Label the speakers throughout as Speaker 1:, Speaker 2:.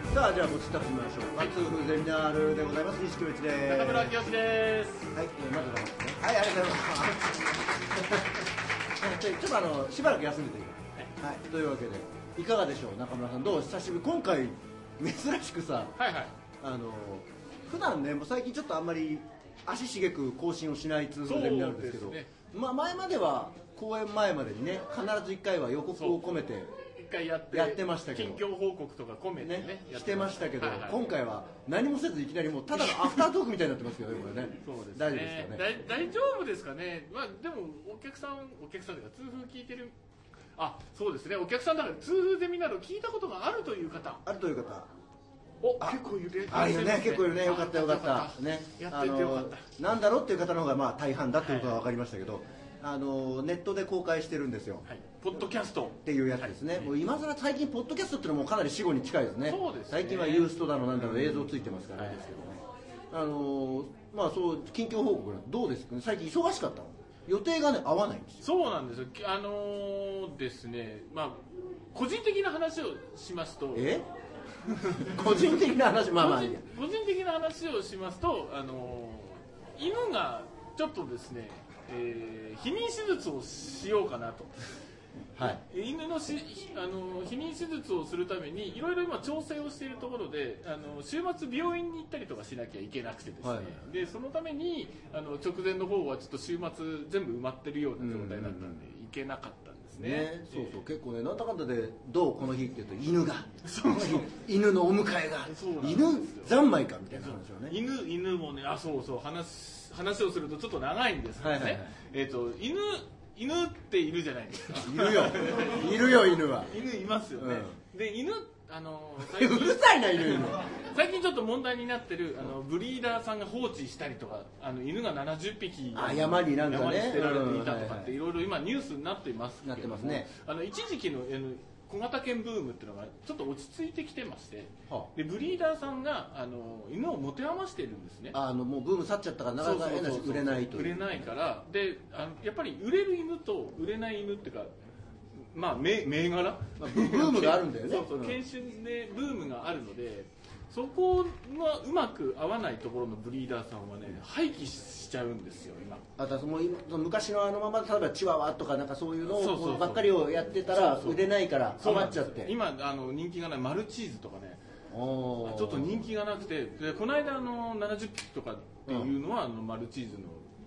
Speaker 1: スタッフ見ましょう。ワンツーフーゼミナールでございます。西木内です。
Speaker 2: 中村清です。
Speaker 1: はい、えーまずはですねはい、ありがとうございます。ちょっとあのしばらく休んでていいはい、というわけでいかがでしょう中村さんどう久しぶり今回珍しくさ
Speaker 2: はいはい。
Speaker 1: あの普段ねもう最近ちょっとあんまり足しげく更新をしないツールになるんですけど
Speaker 2: そうですね
Speaker 1: まあ前までは公演前までにね必ず1回は予告を込めて
Speaker 2: 一回やって
Speaker 1: やってましたけど
Speaker 2: 近況報告とか込めてね
Speaker 1: ね、
Speaker 2: やっ
Speaker 1: してましたけど、
Speaker 2: はいはい
Speaker 1: 今回は何もせずいきなりもうただのアフタートークみたいになって ますけどね、これね。
Speaker 2: そうですね。
Speaker 1: 大丈夫ですかね。
Speaker 2: だい大丈夫ですかね。まあでもお客さんお客さんというか通風聞いてる。あそうですね。お客さんだから通風ゼミなど聞いたことがあるという方。
Speaker 1: あるという方、
Speaker 2: お結構いる。
Speaker 1: あるよ
Speaker 2: らっし
Speaker 1: ね、
Speaker 2: ゃます
Speaker 1: 結構いるね、よかったよかった。ね、
Speaker 2: やっててよかっ
Speaker 1: あの
Speaker 2: た。
Speaker 1: なんだろうっていう方の方がまあ大半だってことが分かりましたけど、あのネットで公開してるんですよ。
Speaker 2: はい。ポッドキャスト。
Speaker 1: っていうやつですね、もう今更最近、ポッドキャストっていうのもかなり死後に近いですね、
Speaker 2: そうですね
Speaker 1: 最近はユーストだのなんだの映像ついてますからね、
Speaker 2: はい
Speaker 1: ですけどねあのーまあ、そう近況報告なんてどうですかね、最近忙しかったの、予定が、ね、合わないんですよ、
Speaker 2: そうなんですよ。きあのーですね。まあ個人的な話をしますと。
Speaker 1: え個人的な話、まあまあいいや、
Speaker 2: 個人個人的な話をしますと、あのー犬がちょっとですね、えー、避妊手術をしようかなと。
Speaker 1: はい、
Speaker 2: 犬のしひあのー避妊手術をするためにいろいろ今調整をしているところであのー週末病院に行ったりとかしなきゃいけなくてですね、
Speaker 1: はい
Speaker 2: でそのためにあの直前の方はちょっと週末全部埋まってるような状態だった
Speaker 1: うんうん
Speaker 2: んで行けなかったんですね
Speaker 1: ね、そう
Speaker 2: で
Speaker 1: そう、結構ね、なんだかんだで、どうこの日って言うと、犬が、この日犬のお迎えが
Speaker 2: そう、なんです
Speaker 1: 犬
Speaker 2: よ
Speaker 1: 三昧かみたいな話をね、
Speaker 2: 犬犬もねあそうそう話す話をするとちょっと長いんですけどね、
Speaker 1: はいはいはい
Speaker 2: えっ、と犬犬っているじゃないですか
Speaker 1: いるよ、いるよ、 犬は。
Speaker 2: 犬いますよね、で犬あ の
Speaker 1: う
Speaker 2: 最近
Speaker 1: るさいな、犬、犬。
Speaker 2: 最近ちょっと問題になってるあのブリーダーさんが放置したりとかあの犬が70匹
Speaker 1: あ山になんかね
Speaker 2: 山捨てられていたとか
Speaker 1: うんはい
Speaker 2: っ
Speaker 1: は
Speaker 2: て
Speaker 1: い
Speaker 2: いろいろ今ニュースになっていますけど
Speaker 1: な
Speaker 2: も
Speaker 1: ってますね
Speaker 2: あの一時期のあの小型犬ブームっていうのがちょっと落ち着いてきてまして
Speaker 1: は
Speaker 2: でブリーダーさんがあの犬を持て余しているんですね
Speaker 1: あのもうブーム去っちゃったからなかなか変なし売れないという
Speaker 2: 売れないからであのやっぱり売れる犬と売れない犬っていうかまあ銘銘柄、
Speaker 1: まあブブームがあるんだよね
Speaker 2: そうそう
Speaker 1: うん
Speaker 2: 犬種でブームがあるのでそこがうまく合わないところのブリーダーさんはね廃棄しちゃうんですよ今
Speaker 1: あとはその今その昔のあのまま例えばチワワとかなんかそういうのを
Speaker 2: そうそうそう
Speaker 1: こうばっかりをやってたら
Speaker 2: そうそう
Speaker 1: 売れないから
Speaker 2: そうな
Speaker 1: 余
Speaker 2: ん
Speaker 1: っ
Speaker 2: で
Speaker 1: ち
Speaker 2: す
Speaker 1: ゃ
Speaker 2: よ
Speaker 1: って
Speaker 2: 今あの人気がないマルチーズとかね
Speaker 1: おー
Speaker 2: ちょっと人気がなくてでこの間あの70匹とかっていうのは、あのマルチーズの、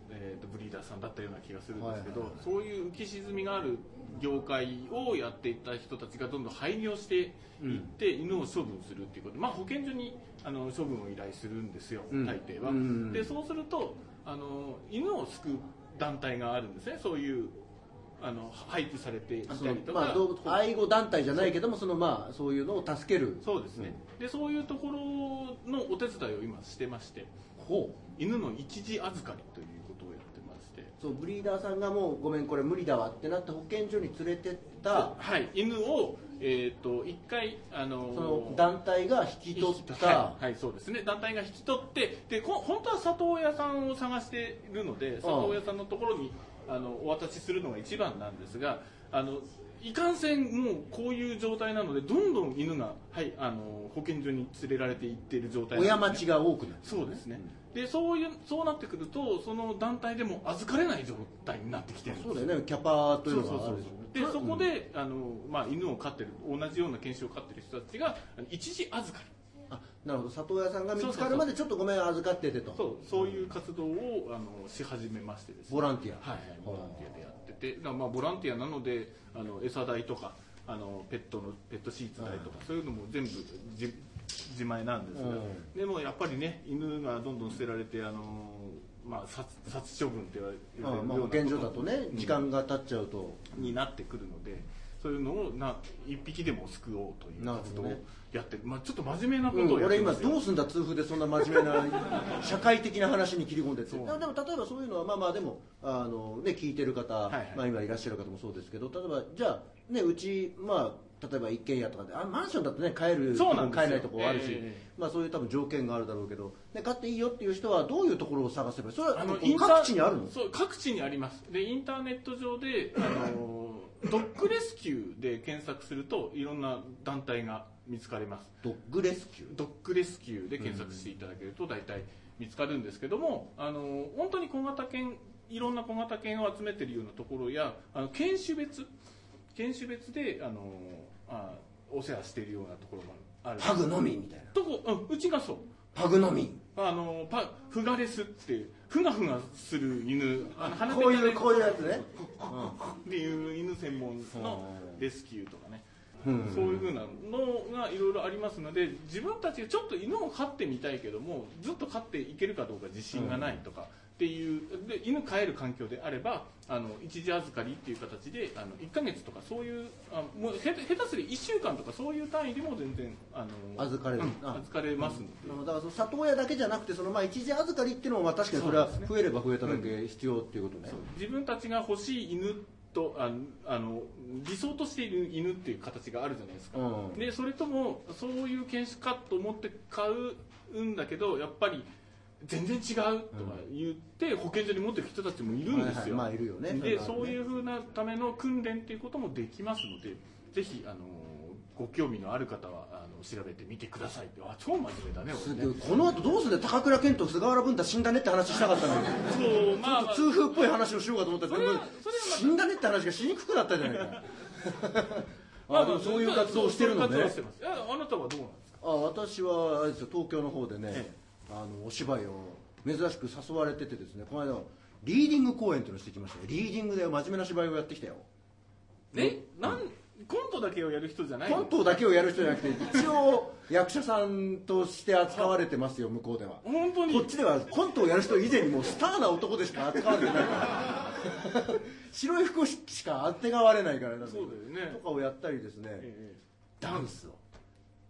Speaker 2: えーとブリーダーさんだったような気がするんですけど、
Speaker 1: はいはいはい
Speaker 2: そういう浮き沈みがある業界をやっていた人たちがどんどん廃業していって、犬を処分するっていうことで、まあ、保健所にあの処分を依頼するんですよ、
Speaker 1: うん
Speaker 2: 大抵は。
Speaker 1: うんうんうん
Speaker 2: でそうするとあの犬を救う団体があるんですねそういうあの廃棄されてい
Speaker 1: あそ
Speaker 2: た
Speaker 1: の
Speaker 2: りとか。
Speaker 1: まあ、動物愛護団体じゃないけどもそのまあそういうのを助ける
Speaker 2: そうですね、でそういうところのお手伝いを今してまして
Speaker 1: ほ
Speaker 2: 犬の一時預かりということをやってまして
Speaker 1: うそうブリーダーさんがもうごめんこれ無理だわってなって保健所に連れてった
Speaker 2: はい犬をえっ、と一回あのー
Speaker 1: その団体が引き取った、
Speaker 2: はい、はいそうですね団体が引き取ってでこ本当は里親さんを探しているので里親さんのところにあのお渡しするのが一番なんですがあのいかんせんもうこういう状態なのでどんどん犬が、はい、あの保健所に連れられていっている状態なんです
Speaker 1: 親
Speaker 2: ね
Speaker 1: 待ちが多くなる
Speaker 2: そうですね、でそういうそうなってくるとその団体でも預かれない状態になってきてるんです
Speaker 1: そうだよねキャパとい
Speaker 2: そううそう
Speaker 1: のがあ
Speaker 2: そ
Speaker 1: る
Speaker 2: う
Speaker 1: でしょうね
Speaker 2: でそこで、あのまあ、犬を飼ってる同じような犬種を飼ってる人たちがあの一時預かり
Speaker 1: あなるほど里親さんが見つかるまでちょっとごめん預かっててと
Speaker 2: そうそういう活動をあのし始めましてですね
Speaker 1: ボランティア
Speaker 2: はい、はい、ボランティアでやってて、だからまあボランティアなのであの餌代とかあのペットのペットシーツ代とか、そういうのも全部じ自前なんですが、
Speaker 1: うん
Speaker 2: でもやっぱりね犬がどんどん捨てられてあのまあ殺殺処分って言われてるよう
Speaker 1: あ
Speaker 2: な
Speaker 1: まあ、現状だとね、時間が経っちゃうと、
Speaker 2: になってくるので。そういうのをな一匹でも救おうという
Speaker 1: なるほ
Speaker 2: 活
Speaker 1: ど
Speaker 2: 動
Speaker 1: ね
Speaker 2: をやってるまあちょっと真面目なこ
Speaker 1: う
Speaker 2: とを
Speaker 1: ん
Speaker 2: やっ
Speaker 1: 俺
Speaker 2: てま
Speaker 1: 今
Speaker 2: すよ、
Speaker 1: どうすんだ痛風でそんな真面目な社会的な話に切り込んでって
Speaker 2: そう
Speaker 1: でも例えばそういうのはまあまあでもあの、ね、聞いてる方、
Speaker 2: いはい
Speaker 1: まあ、今いらっしゃる方もそうですけど例えばじゃあ、ね、うち、まあ、例えば一軒家とかであマンションだとね買える
Speaker 2: そうなんですよ
Speaker 1: 買えないところあるし、
Speaker 2: え
Speaker 1: まあ、そういう多分条件があるだろうけど、ね、買っていいよっていう人はどういうところを探せばいいそれは
Speaker 2: あ
Speaker 1: あ
Speaker 2: の
Speaker 1: の
Speaker 2: インター
Speaker 1: 各地にあるの
Speaker 2: そう各地にありますでインターネット 上であのドッグレスキューで検索するといろんな団体が見つかります
Speaker 1: ドッグレスキュー
Speaker 2: ドッグレスキューで検索していただけると大体見つかるんですけども、あの本当に小型犬いろんな小型犬を集めてるようなところやあの犬種別犬種別であのあお世話しているようなところもある
Speaker 1: パグのみみたいな
Speaker 2: とこ、うん、うちがそう
Speaker 1: パグのみ
Speaker 2: あのパフガレスっていうふがふがする犬あの鼻
Speaker 1: こうい
Speaker 2: で
Speaker 1: うこういうやつね、
Speaker 2: っていう犬専門のレスキューとかね、
Speaker 1: うん
Speaker 2: そういうふうなのがいろいろありますので自分たちがちょっと犬を飼ってみたいけどもずっと飼っていけるかどうか自信がないとかっていうで犬飼える環境であればあの一時預かりっていう形であの1ヶ月とかそういうあもうへ下手すり1週間とかそういう単位でも全然あの
Speaker 1: 預かれる
Speaker 2: うん
Speaker 1: あ
Speaker 2: 預かれますので。
Speaker 1: だからその里親だけじゃなくてそのまあ一時預かりっていうのもまあ確かにそれは
Speaker 2: そうですね
Speaker 1: 増えれば増えただけ必要っていうことね
Speaker 2: そう自分たちが欲しい犬とああの理想としている犬っていう形があるじゃないですか、
Speaker 1: うん
Speaker 2: でそれともそういう犬種かと思って買うんだけどやっぱり全然違うとか言って、保健所に持ってる人たちもいるんですよ、
Speaker 1: はいはいまあいるよね
Speaker 2: で
Speaker 1: それはね
Speaker 2: そういうふうなための訓練っていうこともできますのでぜひあのご興味のある方はあの調べてみてくださいってあ超真面目だね
Speaker 1: す
Speaker 2: 俺
Speaker 1: げえ
Speaker 2: ね
Speaker 1: この後どうすんだよ高倉健と菅原文太死んだねって話したかった のに
Speaker 2: そうまあ、まあ
Speaker 1: 痛風っぽい話をしようかと思ったんですけど
Speaker 2: それはそれはまた
Speaker 1: 死んだねって話がしにくくなったじゃない か
Speaker 2: ま
Speaker 1: あ
Speaker 2: あ
Speaker 1: で
Speaker 2: ま
Speaker 1: も
Speaker 2: あ
Speaker 1: そういう活動をしてるの
Speaker 2: そういう活動を
Speaker 1: ね
Speaker 2: してますいやあなたはどうなんですか
Speaker 1: あ私はあれですよ東京の方でね、
Speaker 2: ええ
Speaker 1: あのお芝居を珍しく誘われててですねこの間リーディング公演っていうのをしてきましたよリーディングで真面目な芝居をやってきたよ
Speaker 2: えなんコントだけをやる人じゃない
Speaker 1: コントだけをやる人じゃなくて一応役者さんとして扱われてますよ向こうでは
Speaker 2: 本当に
Speaker 1: こっちではコントをやる人以前にもうスターな男でしか扱われてないから 白い服しかあてがわれないからなんで
Speaker 2: そうだよね
Speaker 1: とかをやったりですね、
Speaker 2: ええ
Speaker 1: ダンスを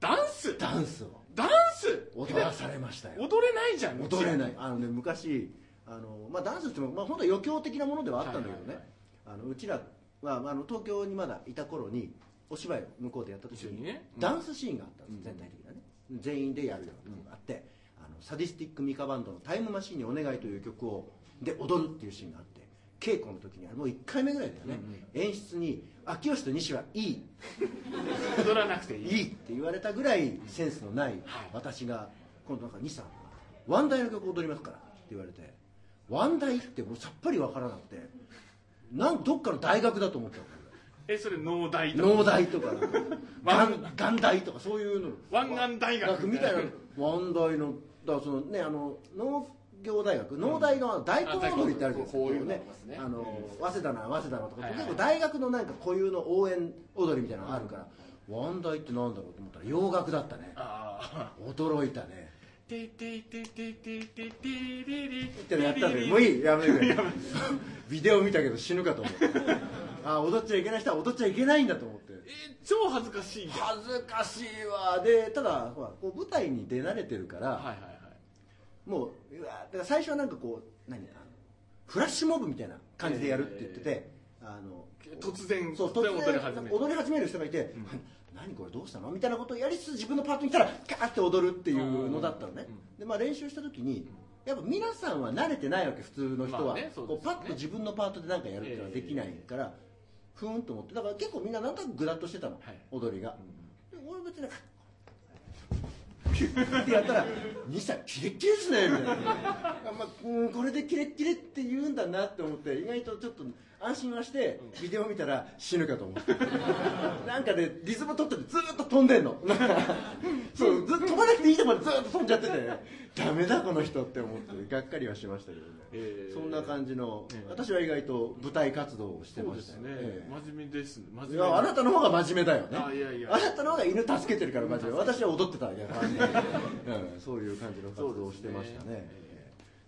Speaker 2: ダンス
Speaker 1: ダンスを
Speaker 2: ダンス
Speaker 1: 踊らされましたよ
Speaker 2: 踊れないじゃん
Speaker 1: 踊れないいあのね昔あの、まあ、ダンスっても、まあ、本当は余興的なものではあったんだけどね、
Speaker 2: はいはい
Speaker 1: あのうちらは、まあ、あの東京にまだいた頃にお芝居を向こうでやった時
Speaker 2: 一緒にねうん
Speaker 1: ダンスシーンがあったんです、
Speaker 2: うん
Speaker 1: 全体的なね全員でやるようなのがあって、あのサディスティックミカバンドの「タイムマシーンにお願い」という曲をで踊るっていうシーンがあって稽古の時にあれもう1回目ぐらいだよね、演出に「秋吉と西はいい」
Speaker 2: 踊らなくていい
Speaker 1: いいって言われたぐらいセンスのない
Speaker 2: はい
Speaker 1: 私が今度なんか西さんが「ワンダイの曲踊りますから」って言われて「ワンダイ」ってもうさっぱりわからなくてなんどっかの大学だと思ったの
Speaker 2: えそれ農大と
Speaker 1: 農大とかなんか
Speaker 2: ワン
Speaker 1: 元元大とかそういうの
Speaker 2: 湾岸大学
Speaker 1: みたいなワンダイのだからそのねあの農業大学農大の大根踊りってあるじゃないですか、
Speaker 3: こういうのあ
Speaker 1: ね
Speaker 3: りますね
Speaker 1: あの早稲田な早稲田なとか、
Speaker 2: はいはい
Speaker 1: 結構大学のなんか固有の応援踊りみたいなのがあるから、ワンダイってなんだろうと思ったら洋楽だったね
Speaker 2: ああ
Speaker 1: 驚いたね
Speaker 2: ててててててて
Speaker 1: ってのやったんだけどもういいやめてくれ ビデオ見たけど死ぬかと思ってあ踊っちゃいけない人は踊っちゃいけないんだと思って
Speaker 2: え超恥ずかしいじゃん
Speaker 1: 恥ずかしいわでただほらこう舞台に出慣れてるから、
Speaker 2: はいはいはい
Speaker 1: もううわだから最初はなんかこう何あのフラッシュモブみたいな感じでやるって言ってて、あの
Speaker 2: 突然
Speaker 1: そう
Speaker 2: 突
Speaker 1: 突
Speaker 2: 然
Speaker 1: 然
Speaker 2: 踊り始める
Speaker 1: 踊り始める人がいて、何これどうしたのみたいなことをやりつつ自分のパートに来たらカーって踊るっていうのだったのね、でまあ、練習した時にやっぱ皆さんは慣れてないわけ普通の人は、
Speaker 2: まあねそうですよ
Speaker 1: こ
Speaker 2: ね
Speaker 1: うパッと自分のパートで何かやるっていうのはできないから、ふーんと思ってだから結構みんななんとなくグラッとしてたの、
Speaker 2: はい
Speaker 1: 踊りが、で俺別になんかピュッってやったら「兄さんキレッキレですね」みたいなあ、まあ、うんこれでキレッキレって言うんだなって思って意外とちょっと安心はしてビデオ見たら死ぬかと思ってなんかねリズム取っててずーっと飛んでんのなんかそうず飛ばなくていいとこまでずーっと飛んじゃっててダメだこの人って思ってがっかりはしましたけどね、
Speaker 2: えー
Speaker 1: そんな感じの、
Speaker 2: えー
Speaker 1: 私は意外と舞台活動をして
Speaker 2: そう
Speaker 1: ま
Speaker 2: で
Speaker 1: した
Speaker 2: す
Speaker 1: よ
Speaker 2: ね
Speaker 1: ええ
Speaker 2: 真面目ですね真面
Speaker 1: い
Speaker 2: 目
Speaker 1: やあなたの方が真面目だよね
Speaker 2: あいやいや
Speaker 1: あなたの方が犬助けてるから真面目私は踊ってたわけだから、うん、そういう感じの活動をしてましたね
Speaker 2: そうですね
Speaker 1: え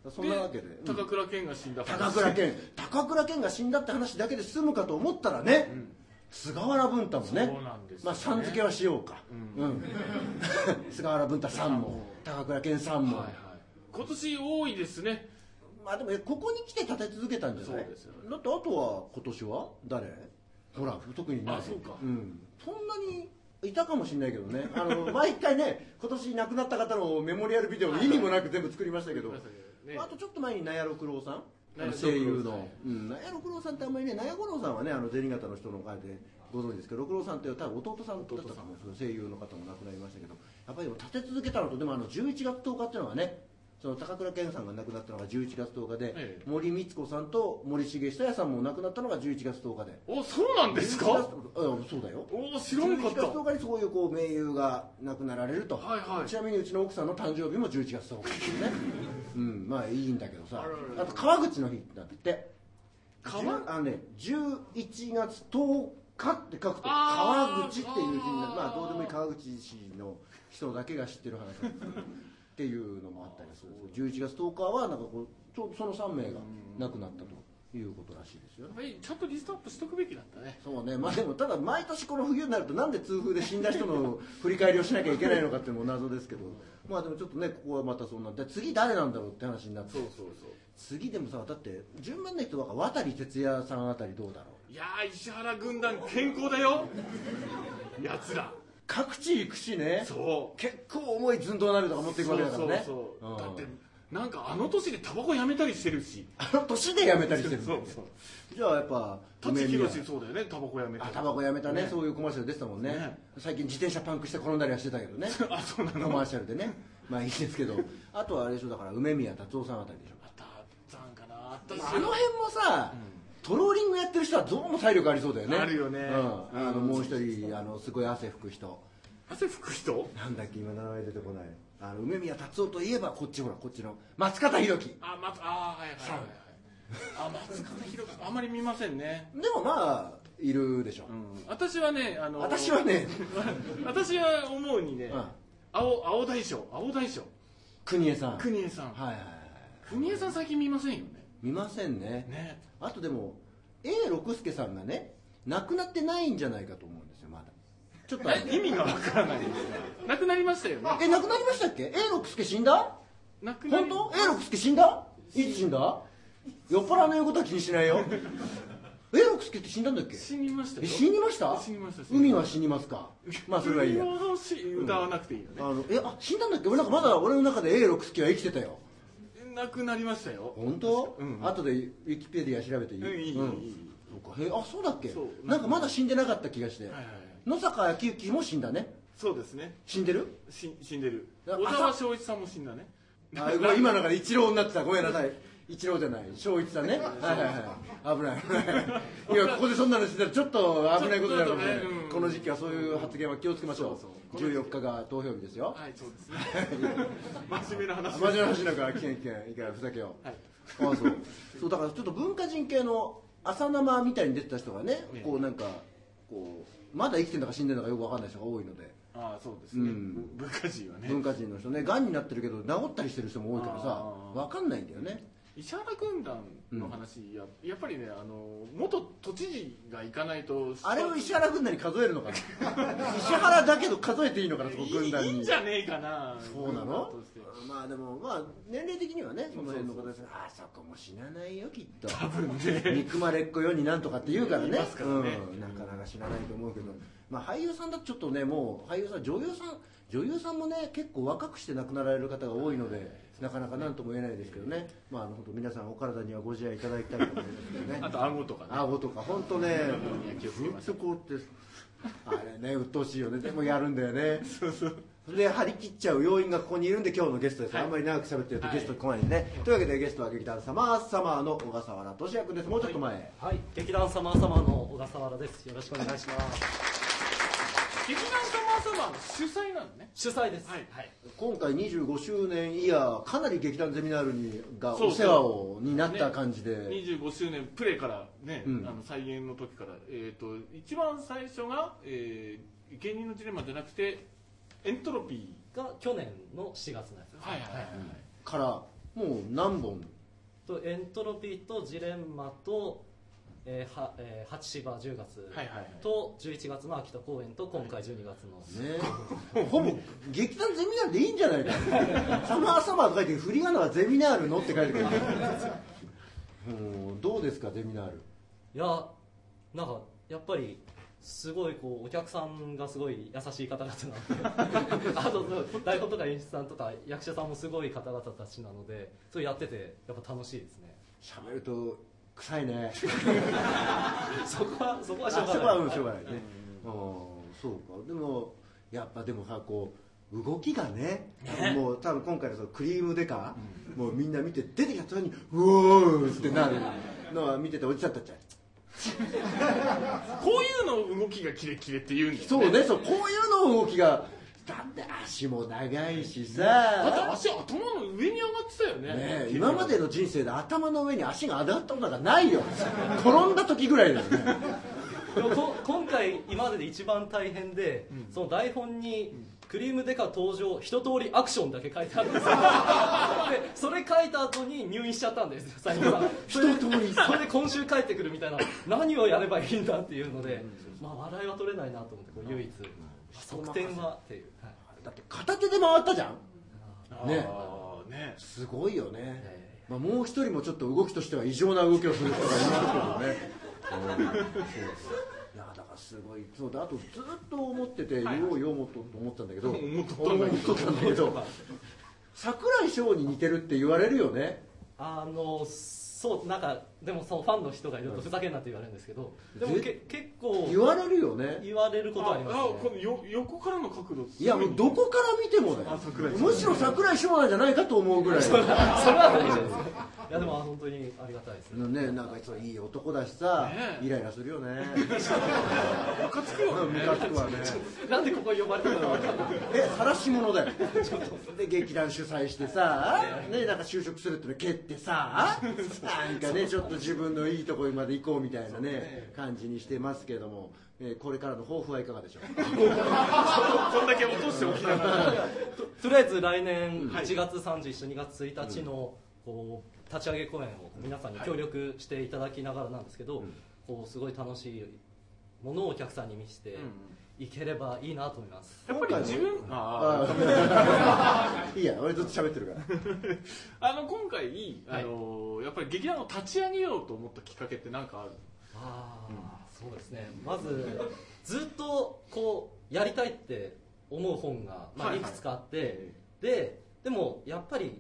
Speaker 1: えそんなわけで
Speaker 2: で
Speaker 1: うん
Speaker 2: 高倉健が死んだ話
Speaker 1: 高倉健高倉健が死んだって話だけで済むかと思ったらね、菅原文太もね
Speaker 2: そうなんですよね
Speaker 1: まあ、さん付けはしようか、うん 菅原文太さんも高倉健さんも、
Speaker 2: はいはい今年多いですね
Speaker 1: まあでもえここに来て立て続けたんじゃない
Speaker 2: そうですよね
Speaker 1: だってあとは今年は誰ほら特にない
Speaker 2: あそうか
Speaker 1: ん、そんなにいたかもしれないけどねあの毎回ね今年亡くなった方のメモリアルビデオ意味もなく全部作りましたけど、
Speaker 2: ね
Speaker 1: あとちょっと前に納屋六郎さんあの
Speaker 2: 納屋六郎さん
Speaker 1: 声優のうん納屋六郎さんってあんまりね納屋五郎さんはねあの銭形の人のおかげでご存知ですけど六郎さんって多分弟さんだったと思うんですけど声優の方も亡くなりましたけどやっぱりでも立て続けたのとでもあの11月10日っていうのがねその高倉健さんが亡くなったのが11月10日で、
Speaker 2: ええ
Speaker 1: 森光子さんと森重久彌さんも亡くなったのが11月10日で
Speaker 2: おそうなんですか
Speaker 1: 11月うんそうだよ
Speaker 2: お知らなかっ
Speaker 1: 11
Speaker 2: た
Speaker 1: 月10日にそういうこう名優が亡くなられると、
Speaker 2: はいはい
Speaker 1: ちなみにうちの奥さんの誕生日も11月10日です ねうんまあいいんだけどさ
Speaker 2: あららら
Speaker 1: あと川口の日なんてって
Speaker 2: 川
Speaker 1: じゅあのね11月10日って書くと
Speaker 2: あー
Speaker 1: 川口っていう字になる
Speaker 2: あー
Speaker 1: まあどうでもいい川口市の人だけが知ってる話なんですけどっていうのもあったりするんですけど11月10日はなんかこうちょうどその3名が亡くなったということらしいですよね
Speaker 2: はいちゃんとリストアップしとくべきだったね
Speaker 1: そうね、まあでもただ毎年この冬になるとなんで痛風で死んだ人 の振り返りをしなきゃいけないのかっていうのも謎ですけどまあでもちょっとねここはまたそんなで次誰なんだろうって話になって
Speaker 2: そうそう
Speaker 1: 次でもさだって順番でいくとわか渡哲也さんあたりどうだろう
Speaker 2: いやー石原軍団健康だよやつら
Speaker 1: 各地行くしね
Speaker 2: そう
Speaker 1: 結構重い寸胴鍋とか持っていくわけだからね
Speaker 2: そうそうそうだって
Speaker 1: うん
Speaker 2: なんかあの年でタバコやめたりしてるし
Speaker 1: あの年でやめたりしてるんだ
Speaker 2: そ
Speaker 1: よ
Speaker 2: う
Speaker 1: ね
Speaker 2: そう
Speaker 1: じゃあやっぱ
Speaker 2: 舘ひろし
Speaker 1: 梅宮
Speaker 2: そうだよねタバコやめた
Speaker 1: あ
Speaker 2: り
Speaker 1: タバコやめたね
Speaker 2: ね
Speaker 1: そういうコマーシャル出てたもんね
Speaker 2: ね
Speaker 1: 最近自転車パンクして転んだりはしてたけどね
Speaker 2: あそうなの
Speaker 1: コマーシャルでねまあいいですけどあとはあれでしょだから梅宮達夫さんあたりでしょ
Speaker 2: あったんかなあった
Speaker 1: まああの辺もさ、トローリングやってる人はどうも体力ありそうだよね
Speaker 2: あるよね
Speaker 1: うんあの
Speaker 2: うん
Speaker 1: もう一人あのすごい汗拭く人
Speaker 2: 汗拭く人
Speaker 1: なんだっけ今名前出てこないあの梅宮達夫といえばこっちほらこっちの松方弘樹
Speaker 2: あ松あーはいはいはいはいあ松方弘樹あんまり見ませんね
Speaker 1: でもまあいるでしょ、
Speaker 2: うん私はねあの
Speaker 1: 私はね
Speaker 2: 私は思うにね、
Speaker 1: うん
Speaker 2: 青青大将青大将
Speaker 1: 邦衛さん
Speaker 2: 邦衛さん
Speaker 1: はいはいはい
Speaker 2: 邦衛さん最近見ませんよ
Speaker 1: 見ませんね
Speaker 2: ねね
Speaker 1: あとでも A 六輔さんがね亡くなってないんじゃないかと思うんですよまだちょっとあれ
Speaker 2: え意味がわからないですなくなりましたよね
Speaker 1: え亡くなりましたっけ A 六輔死んだ
Speaker 2: なくなり
Speaker 1: 本当 ?A 六輔死んだいつ死んだ酔っ払わないことは気にしないよ A 六輔って死んだんだっけ
Speaker 2: 死にましたよ
Speaker 1: え死にました
Speaker 2: 死にました
Speaker 1: 海は死にますかまあそれはいいや
Speaker 2: 海のし歌わなくていいよね
Speaker 1: あ、のえあ死んだんだっけ俺なんかまだ俺の中で A 六輔は生きてたよ
Speaker 2: なくなりましたよ
Speaker 1: 本当、
Speaker 2: うん
Speaker 1: 後でウィキペディア調べていい、
Speaker 2: うんいいいいいい
Speaker 1: そうかへあそうだっけ
Speaker 2: そう
Speaker 1: なんかまだ死んでなかった気がして、
Speaker 2: はいはいはい
Speaker 1: 野坂昭之も死んだね
Speaker 2: そうですね
Speaker 1: 死んでる
Speaker 2: し死んでる
Speaker 1: あ
Speaker 2: 小沢昭一さんも死んだね
Speaker 1: あごめん今の中で一郎になってたごめんなさい一郎じゃない正一さん ねはいはいはい危ない危ない今ここでそんなのしてたらちょっと危ないことになるので、
Speaker 2: ちょっとねうん
Speaker 1: この時期はそういう発言は気をつけましょう
Speaker 2: そうそう
Speaker 1: 14日が投票日ですよ
Speaker 2: はいそうですね 真面目な話
Speaker 1: 真面目な話なんか危険危険いいからふざけよう、
Speaker 2: はい
Speaker 1: ああそうそうだからちょっと文化人系の浅生みたいに出てた人がね
Speaker 2: ええ
Speaker 1: こうなんかこうまだ生きてんだか死んでんだかよくわかんない人が多いので
Speaker 2: ああそうですね、
Speaker 1: うん
Speaker 2: 文化人はね
Speaker 1: 文化人の人ねがんになってるけど治ったりしてる人も多いからさ
Speaker 2: ああ
Speaker 1: わかんないんだよね
Speaker 2: 石原軍団の話や、やっぱりねあの元都知事が行かないと
Speaker 1: あれを石原軍団に数えるのかな 石原だけど数えていいのかなそこ軍団に
Speaker 2: いいいいんじゃねえかな
Speaker 1: そうな
Speaker 2: 軍団
Speaker 1: の
Speaker 2: として
Speaker 1: まあでもまあ年齢的にはねその辺の
Speaker 2: そ
Speaker 1: 方
Speaker 2: うそう
Speaker 1: ですあそこも死なないよきっと
Speaker 2: 多分ね
Speaker 1: 憎まれっ子世になんとかって言うからね
Speaker 2: 言いますからね
Speaker 1: うん、なかなか知らないと思うけど、まあ、俳優さんだとちょっとねもう俳優さん女優さん女優さんもね結構若くして亡くなられる方が多いので、なかなか何とも言えないですけどね、まあ、あの本当皆さんお体にはご自愛いただきたいと思いますけどね
Speaker 2: あと顎とかね
Speaker 1: 顎とか本当ね
Speaker 2: 気をつけまし
Speaker 1: ずっとこうってあれね鬱陶しいよねでもやるんだよ ねそうそうそれで張り切っちゃう要因がここにいるんで今日のゲストです、
Speaker 2: はい
Speaker 1: あんまり長く喋ってると
Speaker 2: はい
Speaker 1: ゲスト来ないんでね、というわけでゲストは劇団サマーサマーの小笠原俊也君ですもうちょっと前、
Speaker 3: はい、劇団様様の小笠原です。よろしくお願いします。
Speaker 2: 劇団サマーサマーの主催なのね
Speaker 3: 主催です。
Speaker 2: はい
Speaker 1: 今回25周年イヤーかなり劇団ゼミナールにが
Speaker 2: そう
Speaker 1: お世話をになった感じで、
Speaker 2: 25周年プレーからね、
Speaker 1: うん
Speaker 2: あの再演の時から、えー、と一番最初が、えー芸人のジレンマじゃなくてエントロピ
Speaker 3: が去年の4月のやつです。
Speaker 2: ーはいはいはい、
Speaker 1: からもう何本
Speaker 3: とエントロピーとジレンマと、えーはえー、8芝10月
Speaker 2: はいはいはい
Speaker 3: と11月の秋田公演と今回12月の、
Speaker 1: ね ほぼ劇団ゼミナールでいいんじゃないか サマーサマーと書いて振り仮名はゼミナールのって書いてくるもうどうですかゼミナール
Speaker 3: いやなんかやっぱりすごいこうお客さんがすごい優しい方々な のであと台本とか演出さんとか役者さんもすごい方々たちなのでそれやっててやっぱ楽しいですね
Speaker 1: 喋ると臭い ね
Speaker 3: そこはそこ
Speaker 1: あ
Speaker 3: はし
Speaker 1: そ
Speaker 3: ょうがない
Speaker 1: こはうんしょうがないね、ああそうかでもやっぱでもさこう動きがねもう多分今回のそのクリームデカ、もうみんな見て出てきた途端にうおーってなるのは見てておじさんたちは
Speaker 2: こういうの動きがキレキレって言うんです
Speaker 1: そ
Speaker 2: よね
Speaker 1: うねそうこういうの動きがだって足も長いし
Speaker 2: だって
Speaker 1: さ
Speaker 2: 足頭の上に上がってたよね
Speaker 1: ねえ、今までの人生で頭の上に足が当たったことがないよ転んだ時ぐらいだよね
Speaker 3: でもこ今回今までで一番大変で、その台本にクリームデカ登場一通りアクションだけ書いてあるんですよでそれ書いた後に入院しちゃったんですよ最後は
Speaker 1: 一通り
Speaker 3: それで今週帰ってくるみたいな何をやればいいんだっていうので、まあ、笑いは取れないなと思ってこう唯一側転はっていう、はい
Speaker 1: だって片手で回ったじゃんね
Speaker 2: あーね
Speaker 1: すごいよね
Speaker 3: い
Speaker 1: ま
Speaker 3: や、
Speaker 1: あ、もう一人もちょっと動きとしては異常な動きをする人がいますけどねうんそういやだからすごいそうだあとずっと思ってて、言おう言おうもっとと思ったんだけど
Speaker 2: 思っとった
Speaker 1: 俺
Speaker 2: ん
Speaker 1: も
Speaker 2: だ
Speaker 1: 思
Speaker 2: け
Speaker 1: っと
Speaker 2: ど
Speaker 1: ったんだけど桜井翔に似てるって言われるよね
Speaker 3: あのそうなんかでもそのファンの人がいるとふざけんなって言われるんですけどでもけ結構
Speaker 1: 言われるよね
Speaker 3: 言われることはあります
Speaker 2: ああこの
Speaker 3: ね
Speaker 2: よ横からの角度
Speaker 1: いやもうどこから見てもだよ
Speaker 2: あ桜井翔
Speaker 1: むしろ桜井翔なんじゃないかと思うぐらい
Speaker 3: それはそれは大丈夫ですいやでも本当にありがたいですね
Speaker 1: ねなんかそういい男だしさ、
Speaker 2: ねえ
Speaker 1: イライラするよね
Speaker 2: ムカつくよ
Speaker 1: ム
Speaker 2: ね
Speaker 1: カつくわね
Speaker 3: なんでここに呼ばれたのか分かんない
Speaker 1: え晒し者だよで劇団主催してさ、ね、なんか就職するっての蹴ってさなんかねちょっと自分のいいところまで行こうみたいなね感じにしてますけども、えーこれからの抱負はいかがでしょうか
Speaker 2: こんだけ落としておきなが ら
Speaker 3: ととりあえず来年
Speaker 2: はい
Speaker 3: 1月31日2月1日のこう立ち上げ公演を皆さんに協力していただきながらなんですけど、こうすごい楽しいものをお客さんに見せていければいいなと思います、
Speaker 2: やっぱり自分あー
Speaker 1: いいや俺ずっと喋ってるから
Speaker 2: あの今回あのやっぱり劇団を立ち上げようと思ったきっかけって何かある
Speaker 3: ああそうですねまずずっとこうやりたいって思う本が、ま
Speaker 2: は
Speaker 3: あ、
Speaker 2: い
Speaker 3: いくつかあって、ででもやっぱり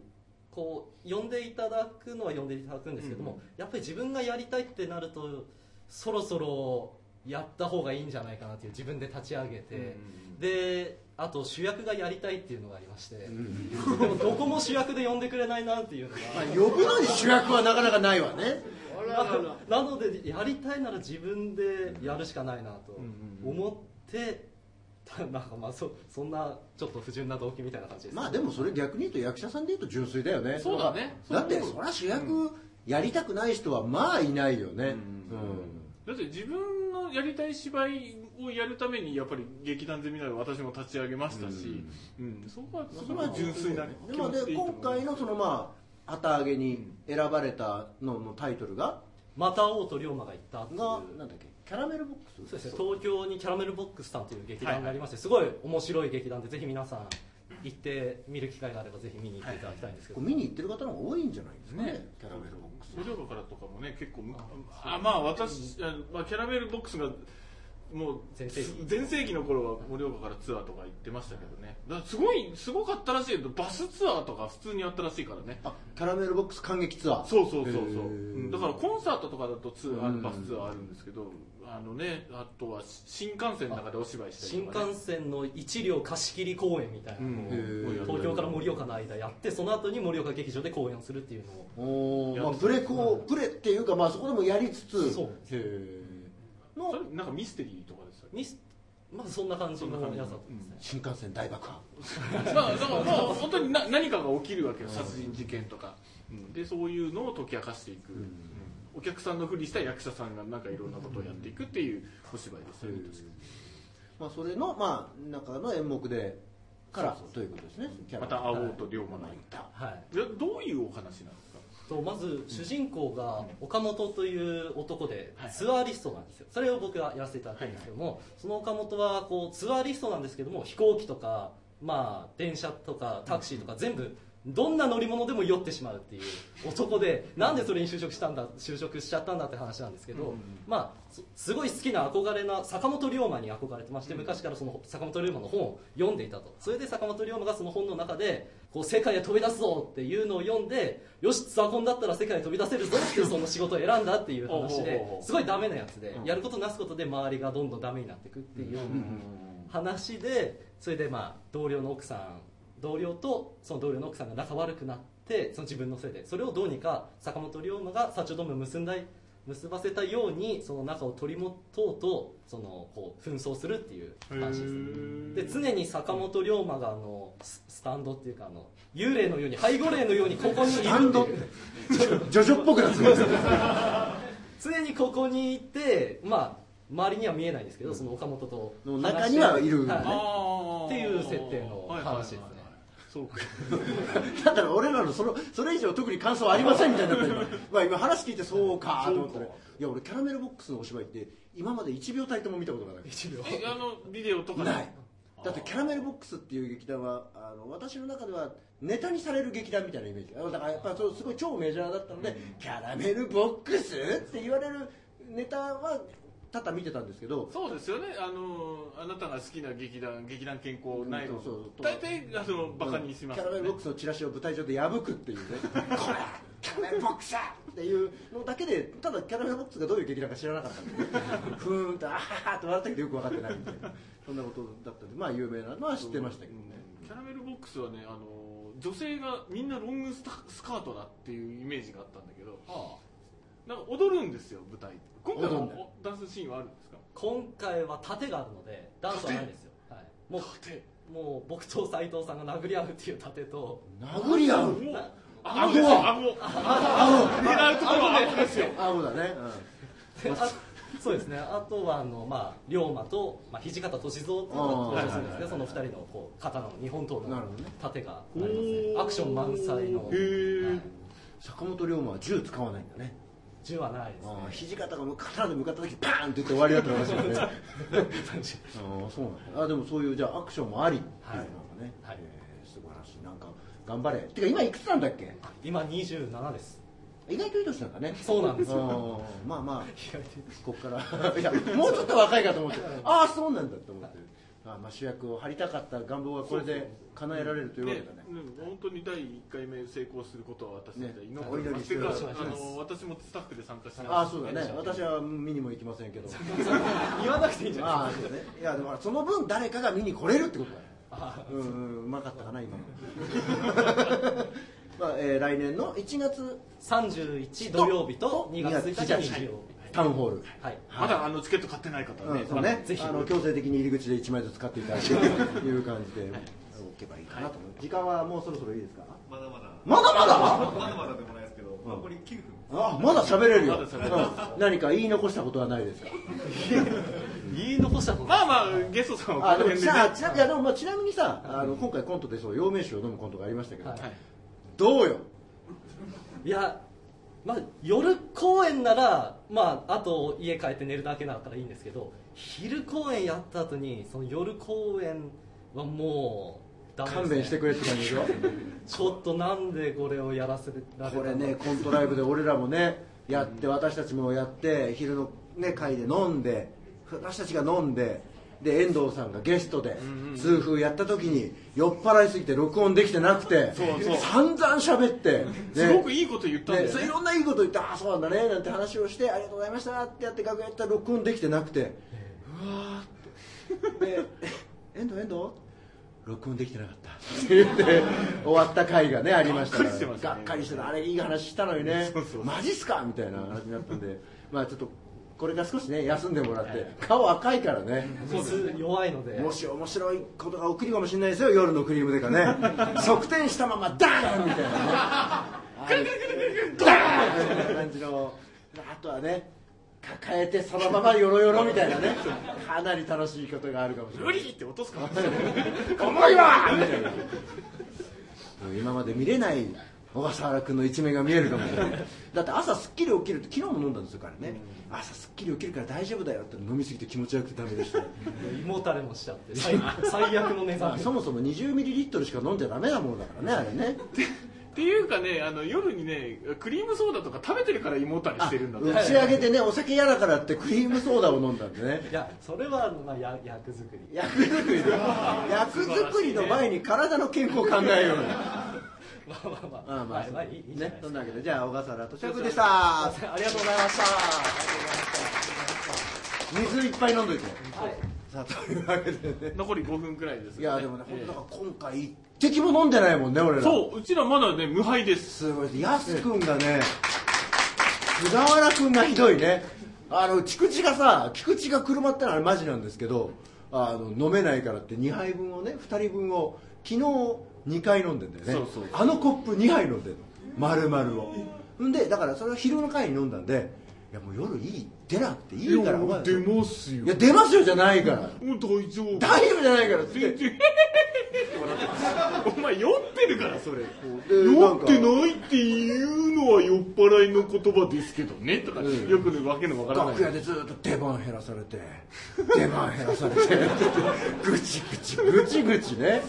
Speaker 3: こう呼んでいただくのは呼んでいただくんですけども、
Speaker 2: うん
Speaker 3: やっぱり自分がやりたいってなるとそろそろやった方がいいんじゃないかなっていう自分で立ち上げて、
Speaker 2: うんうんうん
Speaker 3: であと主役がやりたいっていうのがありまして、でもどこも主役で呼んでくれないなってい うのが
Speaker 1: まあ呼ぶのに主役はなかなかないわね
Speaker 3: なのでやりたいなら自分でやるしかないなと
Speaker 2: うんうんうん
Speaker 3: 思って、 なんかまあそそんなちょっと不純な動機みたいな感じです、
Speaker 1: まあでもそれ逆に言うと役者さんで言うと純粋だよね
Speaker 2: そうだね
Speaker 1: だってそりゃ主役やりたくない人はまあいないよね
Speaker 2: うん
Speaker 1: うん
Speaker 2: だって自分のやりたい芝居をやるためにやっぱり劇団ゼミナル私も立ち上げましたし、うんそこはそこは純粋な
Speaker 1: で
Speaker 2: 気
Speaker 1: も
Speaker 2: 持ちで
Speaker 1: で
Speaker 2: いいと思
Speaker 1: 今
Speaker 2: う
Speaker 1: 回のそのまあ旗揚げに選ばれたののタイトルが
Speaker 3: また王と龍馬が行ったっていう
Speaker 1: がなんだっけキャラメルボックス
Speaker 3: そうですね東京にキャラメルボックスさんという劇団がありまして、すごい面白い劇団でぜひ皆さん行って見る機会があればぜひ見に行っていただきたいんですけど、
Speaker 1: こう見に行ってる方の方が多いんじゃないですかね
Speaker 2: ね
Speaker 1: キャラメルボックス
Speaker 2: それからとかもね結構むあまあ私あまあキャラメルボックスがもう
Speaker 3: 全盛期
Speaker 2: 全盛期の頃は盛岡からツアーとか行ってましたけどねだからすごいすごかったらしいけどバスツアーとか普通にやったらしいからね
Speaker 1: あキャラメルボックス感激ツアー
Speaker 2: そうそうそうそ
Speaker 1: へ
Speaker 2: う
Speaker 1: ー
Speaker 2: うんだからコンサートとかだとツアー、
Speaker 1: うん
Speaker 2: バスツアーあるんですけどあのねあとは新幹線の中でお芝居した
Speaker 3: 新
Speaker 2: りとか、ね
Speaker 3: 幹、線の一両貸し切り公演みたいなのを、
Speaker 2: うん
Speaker 1: へー
Speaker 3: 東京から盛岡の間やってその後に盛岡劇場で公演をするっていうのを
Speaker 1: おー
Speaker 2: や
Speaker 1: まあプレコプレっていうかまあそこでもやりつつ
Speaker 3: そう
Speaker 1: へー
Speaker 2: それなんかミステリーとかでしたっけ
Speaker 3: ミスまあそんな感じのやつだったんですね、
Speaker 1: 新幹線大爆破
Speaker 2: まあ、だからまあ本当にな何かが起きるわけよ殺人事件とか、でそういうのを解き明かしていく、お客さんのふりした役者さんがなんかいろんなことをやっていくっていうお芝居ですよね、確か
Speaker 1: まあそれのまあ中の演目でからということですねキャラ
Speaker 2: ま
Speaker 1: メル
Speaker 2: た青と龍馬の行った
Speaker 3: はい
Speaker 2: いやどういうお話なんですか
Speaker 3: とまず主人公が岡本という男で
Speaker 2: はい
Speaker 3: ツアーリストなんですよそれを僕がやらせていただくんですけども、その岡本はこうツアーリストなんですけども飛行機とか、まあ、電車とかタクシーとか全部どんな乗り物でも酔ってしまうっていう男でなんでそれに就職したんだ就職しちゃったんだって話なんですけど、まあすすごい好きな憧れな坂本龍馬に憧れてまして昔からその坂本龍馬の本を読んでいたとそれで坂本龍馬がその本の中でこう世界へ飛び出すぞっていうのを読んでよしザコンだったら世界へ飛び出せるぞっていうその仕事を選んだっていう話
Speaker 2: おうおうおうお
Speaker 3: で
Speaker 2: う
Speaker 3: すごいダメなやつで
Speaker 1: うん
Speaker 3: やることなすことで周りがどんどんダメになっていくっていうような話でそれでまあ同僚の奥さん同僚とその同僚の奥さんが仲悪くなってその自分のせいでそれをどうにか坂本龍馬が社長同盟を結んだい結ばせたようにその仲を取り戻とうとそのこう紛争するっていう話ですで常に坂本龍馬があのススタンドっていうかあの幽霊のように背後霊のようにここにいるっ
Speaker 1: ス
Speaker 3: ていう
Speaker 1: タンドってジョジョっぽくなってます
Speaker 3: 常にここにいてまあ周りには見えないんですけど、その岡本と
Speaker 1: の中にはいる
Speaker 3: 話し
Speaker 1: あ
Speaker 3: て
Speaker 2: あー
Speaker 3: っていう設定の
Speaker 2: はいはいはいはい
Speaker 3: 話ですね
Speaker 2: そうか
Speaker 1: だから俺らのそのそれ以上特に感想はありませんみたいになった今,、まあ、今話聞いてそうかと思ったらいや俺キャラメルボックスのお芝居って今まで1秒たりとも見たことがない
Speaker 3: 一秒
Speaker 2: えあのビデオとかで
Speaker 1: ないだってキャラメルボックスっていう劇団はあの私の中ではネタにされる劇団みたいなイメージだからやっぱそうすごい超メジャーだったので、キャラメルボックスって言われるネタは多々見てたんですけど
Speaker 2: そうですよねあのあなたが好きな劇団劇団健康内
Speaker 1: うん
Speaker 2: の
Speaker 1: そうそう
Speaker 2: 大体あのバカにします
Speaker 1: キャラメルボックスのチラシを舞台上で破く っていうねこらキャラメルボックスだっていうのだけでただキャラメルボックスがどういう劇団か知らなかったん でふーんとあははって笑ったけどよく分かってないみたいなそんなことだったんでまあ有名なのは知ってましたけどね、
Speaker 2: キャラメルボックスはねあの女性がみんなロングスタスカートだっていうイメージがあったんだけどなんか踊るんですよ舞台今回
Speaker 1: 踊るんだ
Speaker 2: もダンスシーンはあるんですか
Speaker 3: 今回は盾があるのでダンスはないんですよ、はい、も
Speaker 2: 盾
Speaker 3: うもう僕と斎藤さんが殴り合うっていう盾と
Speaker 1: 殴り合う
Speaker 2: もう
Speaker 3: な
Speaker 2: 顎ですよ顎狙うところは顎ですよ
Speaker 1: あそうだね、
Speaker 3: であそうですねあとはあの、まあ、龍馬と、まあ、土方歳三っていうのが登場するんで
Speaker 2: あ
Speaker 3: すけ
Speaker 2: ー
Speaker 3: どその二人のこう刀の日本刀
Speaker 1: なる
Speaker 3: の
Speaker 1: ほどね
Speaker 3: 盾がありますねアクション満載の、
Speaker 2: へー
Speaker 3: はい
Speaker 1: 坂本龍馬は銃使わないんだね
Speaker 3: 銃はないですね
Speaker 1: ああ土方が刀で向かった時パーンって言って終わりだったらしいよねああそうなんだあでもそういうじゃあアクションもありっていうのがね、
Speaker 3: はいはい
Speaker 1: えー素晴らしいなんか頑張れてか今いくつなんだっけ
Speaker 3: 今27です
Speaker 1: 意外といい年なんだね
Speaker 3: そうなんですよ
Speaker 1: よまあまあこっから いやもうちょっと若いかと思ってああそうなんだと思ってああまあ主役を張りたかった願望がこれで叶えられるというわけだね
Speaker 2: ねうん本当に第1回目成功することは私たちは祈
Speaker 1: ねお祈りして
Speaker 2: て
Speaker 1: る
Speaker 2: か
Speaker 1: お
Speaker 3: 願いし
Speaker 2: あ
Speaker 3: ます
Speaker 2: の私もスタッフで参加して
Speaker 1: ああそうだね私は見にも行きませんけど
Speaker 3: 言わなくていいんじゃない
Speaker 1: あ あそうだねいやでもその分誰かが見に来れるってことだねうんうんうまかったかな今の まあ、えー来年の1月
Speaker 3: ですか31土曜日と2月1日日曜
Speaker 1: タウンホール
Speaker 3: 日はい
Speaker 2: まだあのチケット買ってない方は
Speaker 1: う
Speaker 2: ね
Speaker 1: ん、そうね、
Speaker 3: ぜひ
Speaker 1: あの強制的に入り口で1枚ずつ買っていただいてという感じで置けばいいかなと思う、時間はもうそろそろいいですか
Speaker 4: まだまだ。
Speaker 1: まだまだ
Speaker 4: まだまだでもないですけど、残り9分。
Speaker 1: あまだ喋れるよ、
Speaker 2: まだ喋れる
Speaker 1: うん何か言い残したことはないですか
Speaker 3: 言い残したこと
Speaker 2: まあまあゲストさんは
Speaker 1: あ
Speaker 2: こ
Speaker 1: でも
Speaker 2: の辺でね
Speaker 1: さあちな,いや、でもまあ、ちなみにさあの今回コントでそう陽明酒を飲むコントがありましたけど、
Speaker 3: はい
Speaker 1: どうよ
Speaker 3: いやまあ夜公演ならまああと家帰って寝るだけだからいいんですけど昼公演やった後にその夜公演はもうダメです、ね、
Speaker 1: 勘弁してくれって感じでしょ
Speaker 3: ちょっとなんでこれをやらせられたの
Speaker 1: これねコントライブで俺らもねやって私たちもやって昼の、ね、会で飲んで私たちが飲んでで遠藤さんがゲストで痛風やった時に酔っ払いすぎて録音できてなくて
Speaker 2: そうそう
Speaker 1: 散々喋って、
Speaker 2: すごくいいこと言ったんだ
Speaker 1: ね
Speaker 2: よ
Speaker 1: そうい
Speaker 2: ね
Speaker 1: ろんないいこと言ってああそうなんだねなんて話をしてありがとうございましたってやって楽屋行ったら録音できてなくてうわーってで「遠藤遠藤録音できてなかった」って言って終わった回がねありましたから
Speaker 2: がっかりしてましたね
Speaker 1: がっかりしてたあれいい話したのにね
Speaker 2: そうそう
Speaker 1: マジっすかみたいな話になったんでまあちょっとこれから少しね休んでもらって顔赤いからね
Speaker 3: 普通弱いので
Speaker 1: もし面白いことが起きるかもしれないですよ夜のクリームでかね側転したままダーンみたいなねあれダーンみたいな感じのあとはね抱えてそのままヨロヨロみたいなねかなり楽しいことがあるかもしれ
Speaker 2: 無
Speaker 1: ない
Speaker 2: 理って落とすかもしれない
Speaker 1: 重いわみたいな今まで見れない小笠原君の一面が見えるかもしれないだって朝すっきり起きるって昨日も飲んだんですよ彼ね、朝すっきり起きるから大丈夫だよって飲みすぎて気持ち悪くてダメでした
Speaker 3: 胃もたれもしちゃって最最悪の値 段
Speaker 1: そもそも 20ml しか飲んじゃダメなものだからねあれね
Speaker 2: っていうかねあの夜にねクリームソーダとか食べてるから胃もたれしてるんだと
Speaker 1: 打ち上げてねお酒嫌だからってクリームソーダを飲んだんでね
Speaker 3: いやそれは、まあ、や役作り
Speaker 1: 役作 りだ役作りの前に体の健康を考えようよ
Speaker 3: まあまあまあ
Speaker 1: まあまあ
Speaker 3: はいまあいいいいじゃな
Speaker 1: ね
Speaker 3: いです
Speaker 1: そ
Speaker 3: か
Speaker 1: んなわけでじゃあ小笠原俊君でした
Speaker 3: ありがとうございました
Speaker 1: 水いっぱい飲んどいて
Speaker 3: はい
Speaker 1: さあというわけでね
Speaker 2: 残り5分くらいです
Speaker 1: い
Speaker 2: が
Speaker 1: やでもね本当だから今回一滴も飲んでないもんね俺ら
Speaker 2: そううちらまだね無敗です
Speaker 1: すごいやすくんがね菅原くんがひどいねあの菊池がさ菊池が車ってのはあれマジなんですけどあの飲めないからって2杯分をね2人分を昨日2回飲んでんだよね
Speaker 2: そうそう
Speaker 1: あのコップ2杯飲んでんの丸々をんでだからそれを昼の会に飲んだんでいやもう夜いい出なくていいからお前
Speaker 2: す
Speaker 1: いや出ますよじゃないから
Speaker 2: うん大丈夫
Speaker 1: 大丈夫じゃないからっつっ
Speaker 2: 全
Speaker 1: て
Speaker 2: 然 お前酔ってるからそれ
Speaker 1: で
Speaker 2: 酔って
Speaker 1: なんか
Speaker 2: ないっていうのは酔っ払いの言葉ですけどねとか、
Speaker 1: うん
Speaker 2: よくねわけのわからない
Speaker 1: 楽屋でずっと出番減らされて出番減らされてぐちぐちぐちぐちね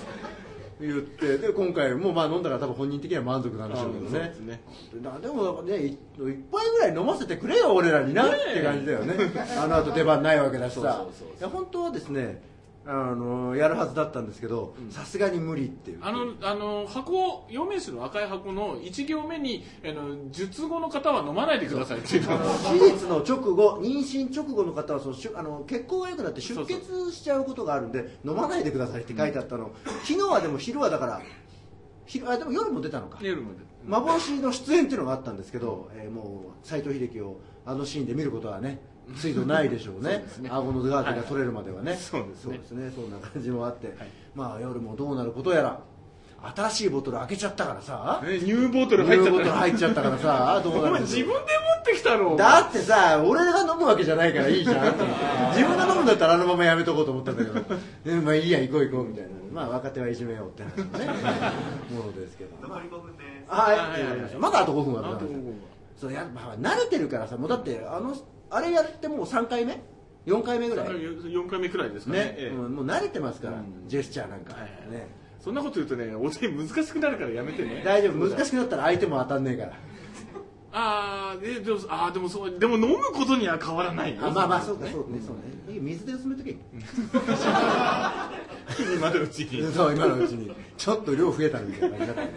Speaker 1: 言ってで今回もまあ飲んだから多分本人的には満足なんでしょうけど
Speaker 2: そう
Speaker 1: ね
Speaker 2: ですね
Speaker 1: なでもなんかねい一杯ぐらい飲ませてくれよ俺らになって感じだよねあの後出番ないわけだしさいや本当はですねあのやるはずだったんですけどさすがに無理っていう
Speaker 2: あのあの箱を4名詞の赤い箱の1行目にあの術後の方は飲まないでくださいっていう のが
Speaker 1: 手術の直後妊娠直後の方はそのしゅあの血行が良くなって出
Speaker 2: そう
Speaker 1: 血しちゃうことがあるんで飲まないでくださいって書いてあったの、昨日はでも昼はだから昼あでも夜も出たのか、
Speaker 2: 夜まで
Speaker 1: 幻の出演っていうのがあったんですけど、えーもう斎藤秀樹をあのシーンで見ることはね水道ないでしょうね顎のガーゼが取れるまではね、そうですねそんな感じもあって、まあ夜もどうなることやら新しいボトル開けちゃったからさ、
Speaker 2: ねニューボト
Speaker 1: ニュ
Speaker 2: ル入っち
Speaker 1: ーボ
Speaker 2: ゃっ
Speaker 1: トル
Speaker 2: た
Speaker 1: 入っちゃったからさどうな
Speaker 2: お
Speaker 1: るで
Speaker 2: 前自
Speaker 1: しょう
Speaker 2: 分で持ってきたろ
Speaker 1: だってさ俺が飲むわけじゃないからいいじゃ ん自分が飲むんだったらあのままやめとこうと思ったんだけどでまあいいや行こう行こうみたいなまあ若手はいじめようって話のねものですけど
Speaker 4: 残り5分です
Speaker 1: はい
Speaker 2: はいはいはい
Speaker 1: わかりましたまだあと5分は
Speaker 2: あと
Speaker 1: そうや、まあ、慣れてるからさもうだってあのあれやってもう3回目4回目ぐらいね、
Speaker 2: 4回目くらいですかねええ
Speaker 1: うんもう慣れてますから、ジェスチャーなんか、
Speaker 2: はいはい
Speaker 1: ね
Speaker 2: そんなこと言うとねお手難しくなるからやめてね
Speaker 1: 大丈夫難しくなったら相手も当たんねえから
Speaker 2: ああででもあーでもそうでも飲むことには変わらないよ
Speaker 1: あまあまあそうかそうねそうね水で薄めとけ
Speaker 2: 今のうちに
Speaker 1: そう今のうちにちょっと量増えたみたいな感じだったよね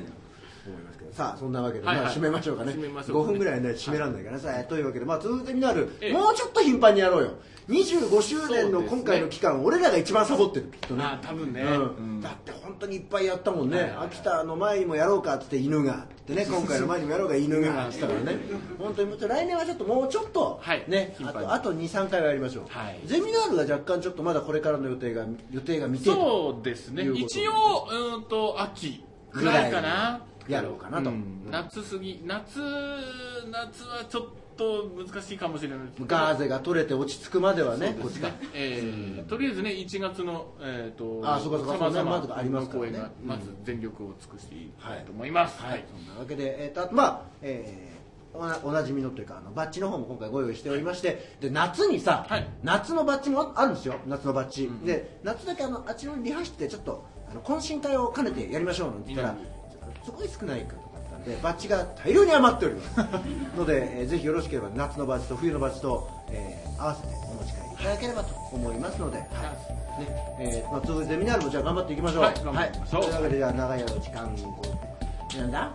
Speaker 1: 思いますけどさあそんなわけで、
Speaker 2: はいはい
Speaker 1: まあ、締めましょうかね
Speaker 2: 締めましょうか
Speaker 1: 5
Speaker 2: ね
Speaker 1: 分ぐらいないと締めらんないからさ、というわけで、まあ、続いてになる、
Speaker 2: ええ
Speaker 1: もうちょっと頻繁にやろうよ25周年
Speaker 2: そ
Speaker 1: の
Speaker 2: うですね
Speaker 1: 今回の期間、俺らが一番サボってるきっとね
Speaker 2: あ多分ね
Speaker 1: うんだって本当にいっぱいやったもんね、秋田の前にもやろうかっつって犬がって ね今回の前にもやろうか犬がっつったからね本当にもうちょっと来年はちょっともうちょっと、
Speaker 2: はい
Speaker 1: ね
Speaker 2: 頻
Speaker 1: あ
Speaker 2: 繁に
Speaker 1: とあと23回はやりましょう、
Speaker 2: はい
Speaker 1: ゼミナールが若干ちょっとまだこれからの予定が予定が未定
Speaker 2: そうですね
Speaker 1: いうこと
Speaker 2: 一応うーんと秋くらいかな
Speaker 1: やろうかなと、
Speaker 2: うん夏過ぎ夏夏はちょっと難しいかもしれない
Speaker 1: ガーゼが取れて落ち着くまではねこっち
Speaker 2: ね
Speaker 1: か
Speaker 2: えーとりあえずね1月のえっ、と
Speaker 1: あそうかそうか
Speaker 2: 様々
Speaker 1: そうねまずありますからね
Speaker 2: の公演が
Speaker 1: うん
Speaker 2: まず全力を尽くしていきたいと思います、
Speaker 1: はい、そんなわけで、えー、とあとまあ、えーおなおなじみのというかあのバッジの方も今回ご用意しておりまして、で夏にさ、
Speaker 2: はい
Speaker 1: 夏のバッジもああるんですよ夏のバッジ、で夏だけあのあっちのリハ室でちょっとあの懇親会を兼ねてやりましょうなんて言ったら、
Speaker 2: うん
Speaker 1: すごい少ないかとかったんでバッジが大量に余っており ますので、えーぜひよろしければ夏のバッジと冬のバッジと、えー合わせてお持ち帰りいただければと思いますので、はいねえーまあ、続いてみんなもじゃあ頑張っていきましょう、
Speaker 2: はい頑張っていきましょう
Speaker 1: というわけでじゃあ長い間の時間なん だ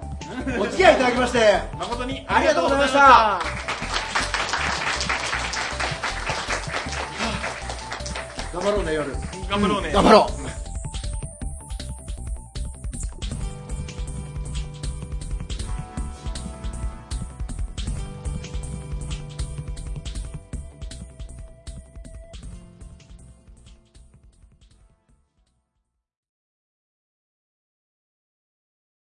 Speaker 1: お付き合いいただきまして
Speaker 2: 誠に
Speaker 1: ありがとうございました頑張ろうね夜
Speaker 2: 頑張ろうね、
Speaker 1: 頑張ろう